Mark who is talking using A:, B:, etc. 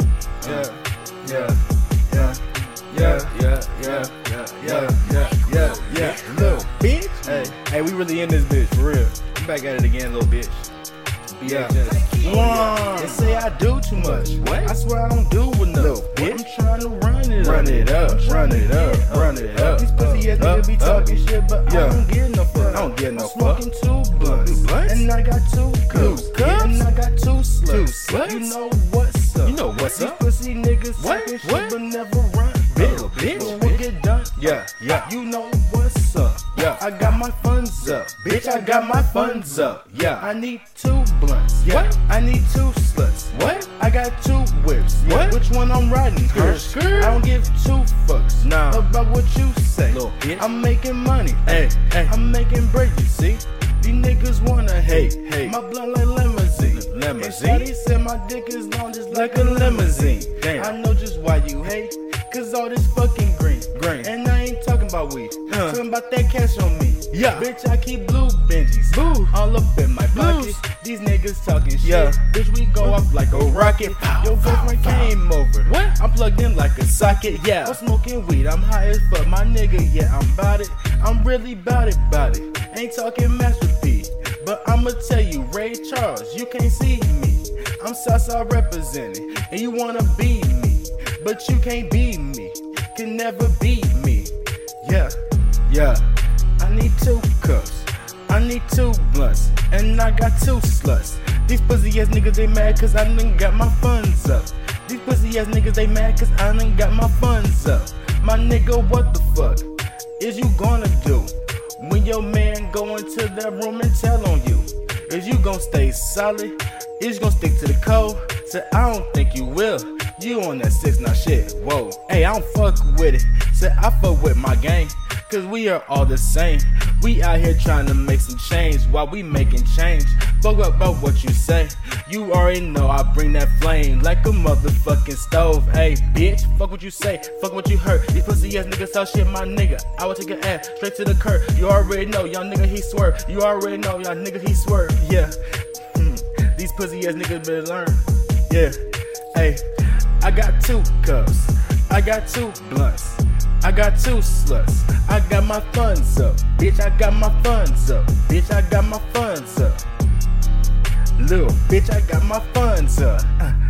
A: yeah, yeah, yeah, yeah, yeah, yeah, yeah, yeah, yeah, yeah, yeah. Little
B: Bitch.
A: hey, hey, we really in this bitch for real. We back at it again, little bitch. Yeah. They say I do too much.
B: What?
A: I swear I don't do enough.
B: Little
A: bitch.
B: bitch. I'm trying to run it
A: Run it up, run it up, run it up.
B: These pussy ass
A: up,
B: niggas be
A: up.
B: talking shit, but
A: Yeah.
B: I don't get no fuck.
A: I don't get no
B: I'm smoking two blunts,
A: Two blunts?
B: and I got two cups,
A: cups?
B: Yeah, and I got two sluts.
A: Two sluts?
B: You know what's up?
A: You know what's
B: These
A: up.
B: pussy niggas
A: What?
B: talking shit,
A: What?
B: but never run.
A: Bitch,
B: up.
A: bitch,
B: But we
A: bitch.
B: get done.
A: Yeah, yeah.
B: You know what's up?
A: Yeah.
B: I got my funds up, bitch. I got my funds up.
A: Yeah.
B: I need two blunts. Yeah.
A: What?
B: I need two sluts.
A: What?
B: I got two whips. Yeah,
A: What?
B: Which one I'm riding?
A: Skirt,
B: first?
A: skirt.
B: I don't give two fucks.
A: Nah.
B: About what you say.
A: Little bitch.
B: I'm making money.
A: Hey, hey.
B: I'm making bread, you see? These niggas wanna hate.
A: hey.
B: My blunt like limousine.
A: L- limousine?
B: And Shawty said my dick is long just like a limousine.
A: Damn.
B: I know just why you hate. Cause all this fucking green.
A: Green.
B: And I ain't talking about weed.
A: Huh.
B: Talking about that cash on me.
A: Yeah.
B: Bitch, I keep blue Benjis.
A: Blue.
B: All up in my
A: Blues.
B: pockets. These niggas talking shit.
A: Yeah.
B: Bitch, we go off like a rocket.
A: Pow,
B: Your
A: pow,
B: girlfriend
A: pow.
B: came over.
A: What?
B: I'm plugged in like a socket.
A: Yeah.
B: I'm smoking weed. I'm high as fuck. My nigga, yeah, I'm bout it. I'm really bout it, bout it. Ain't talking masterpiece. But I'ma tell you, Ray Charles, you can't see me. I'm Southside representing, and you wanna be me. But you can't be me. Can never beat me. Yeah.
A: Yeah,
B: I need two cups. I need two blunts. And I got two sluts. These pussy ass niggas, they mad cause I done got my funds up. These pussy ass niggas, they mad cause I done got my funds up. My nigga, what the fuck is you gonna do when your man go into that room and tell on you? Is you gonna stay solid? Is you gonna stick to the code? So I don't think you will. You on that six now shit? Whoa, hey, I don't fuck with it. So I fuck with my gang, cause we are all the same. We out here trying to make some change while we making change. Fuck up about what you say. You already know I bring that flame like a motherfucking stove. Hey, bitch, fuck what you say, fuck what you heard. These pussy ass niggas talk shit, my nigga. I will take your ass straight to the curb. You already know, y'all nigga he swerve. You already know, y'all nigga he swerve. Yeah. Hmm. These pussy ass niggas better learn. Yeah. Hey, I got two cups. I got two blunts. I got two sluts. I got my funds up. Bitch, I got my funds up. Bitch, I got my funds up. Little bitch, I got my funds up. Uh,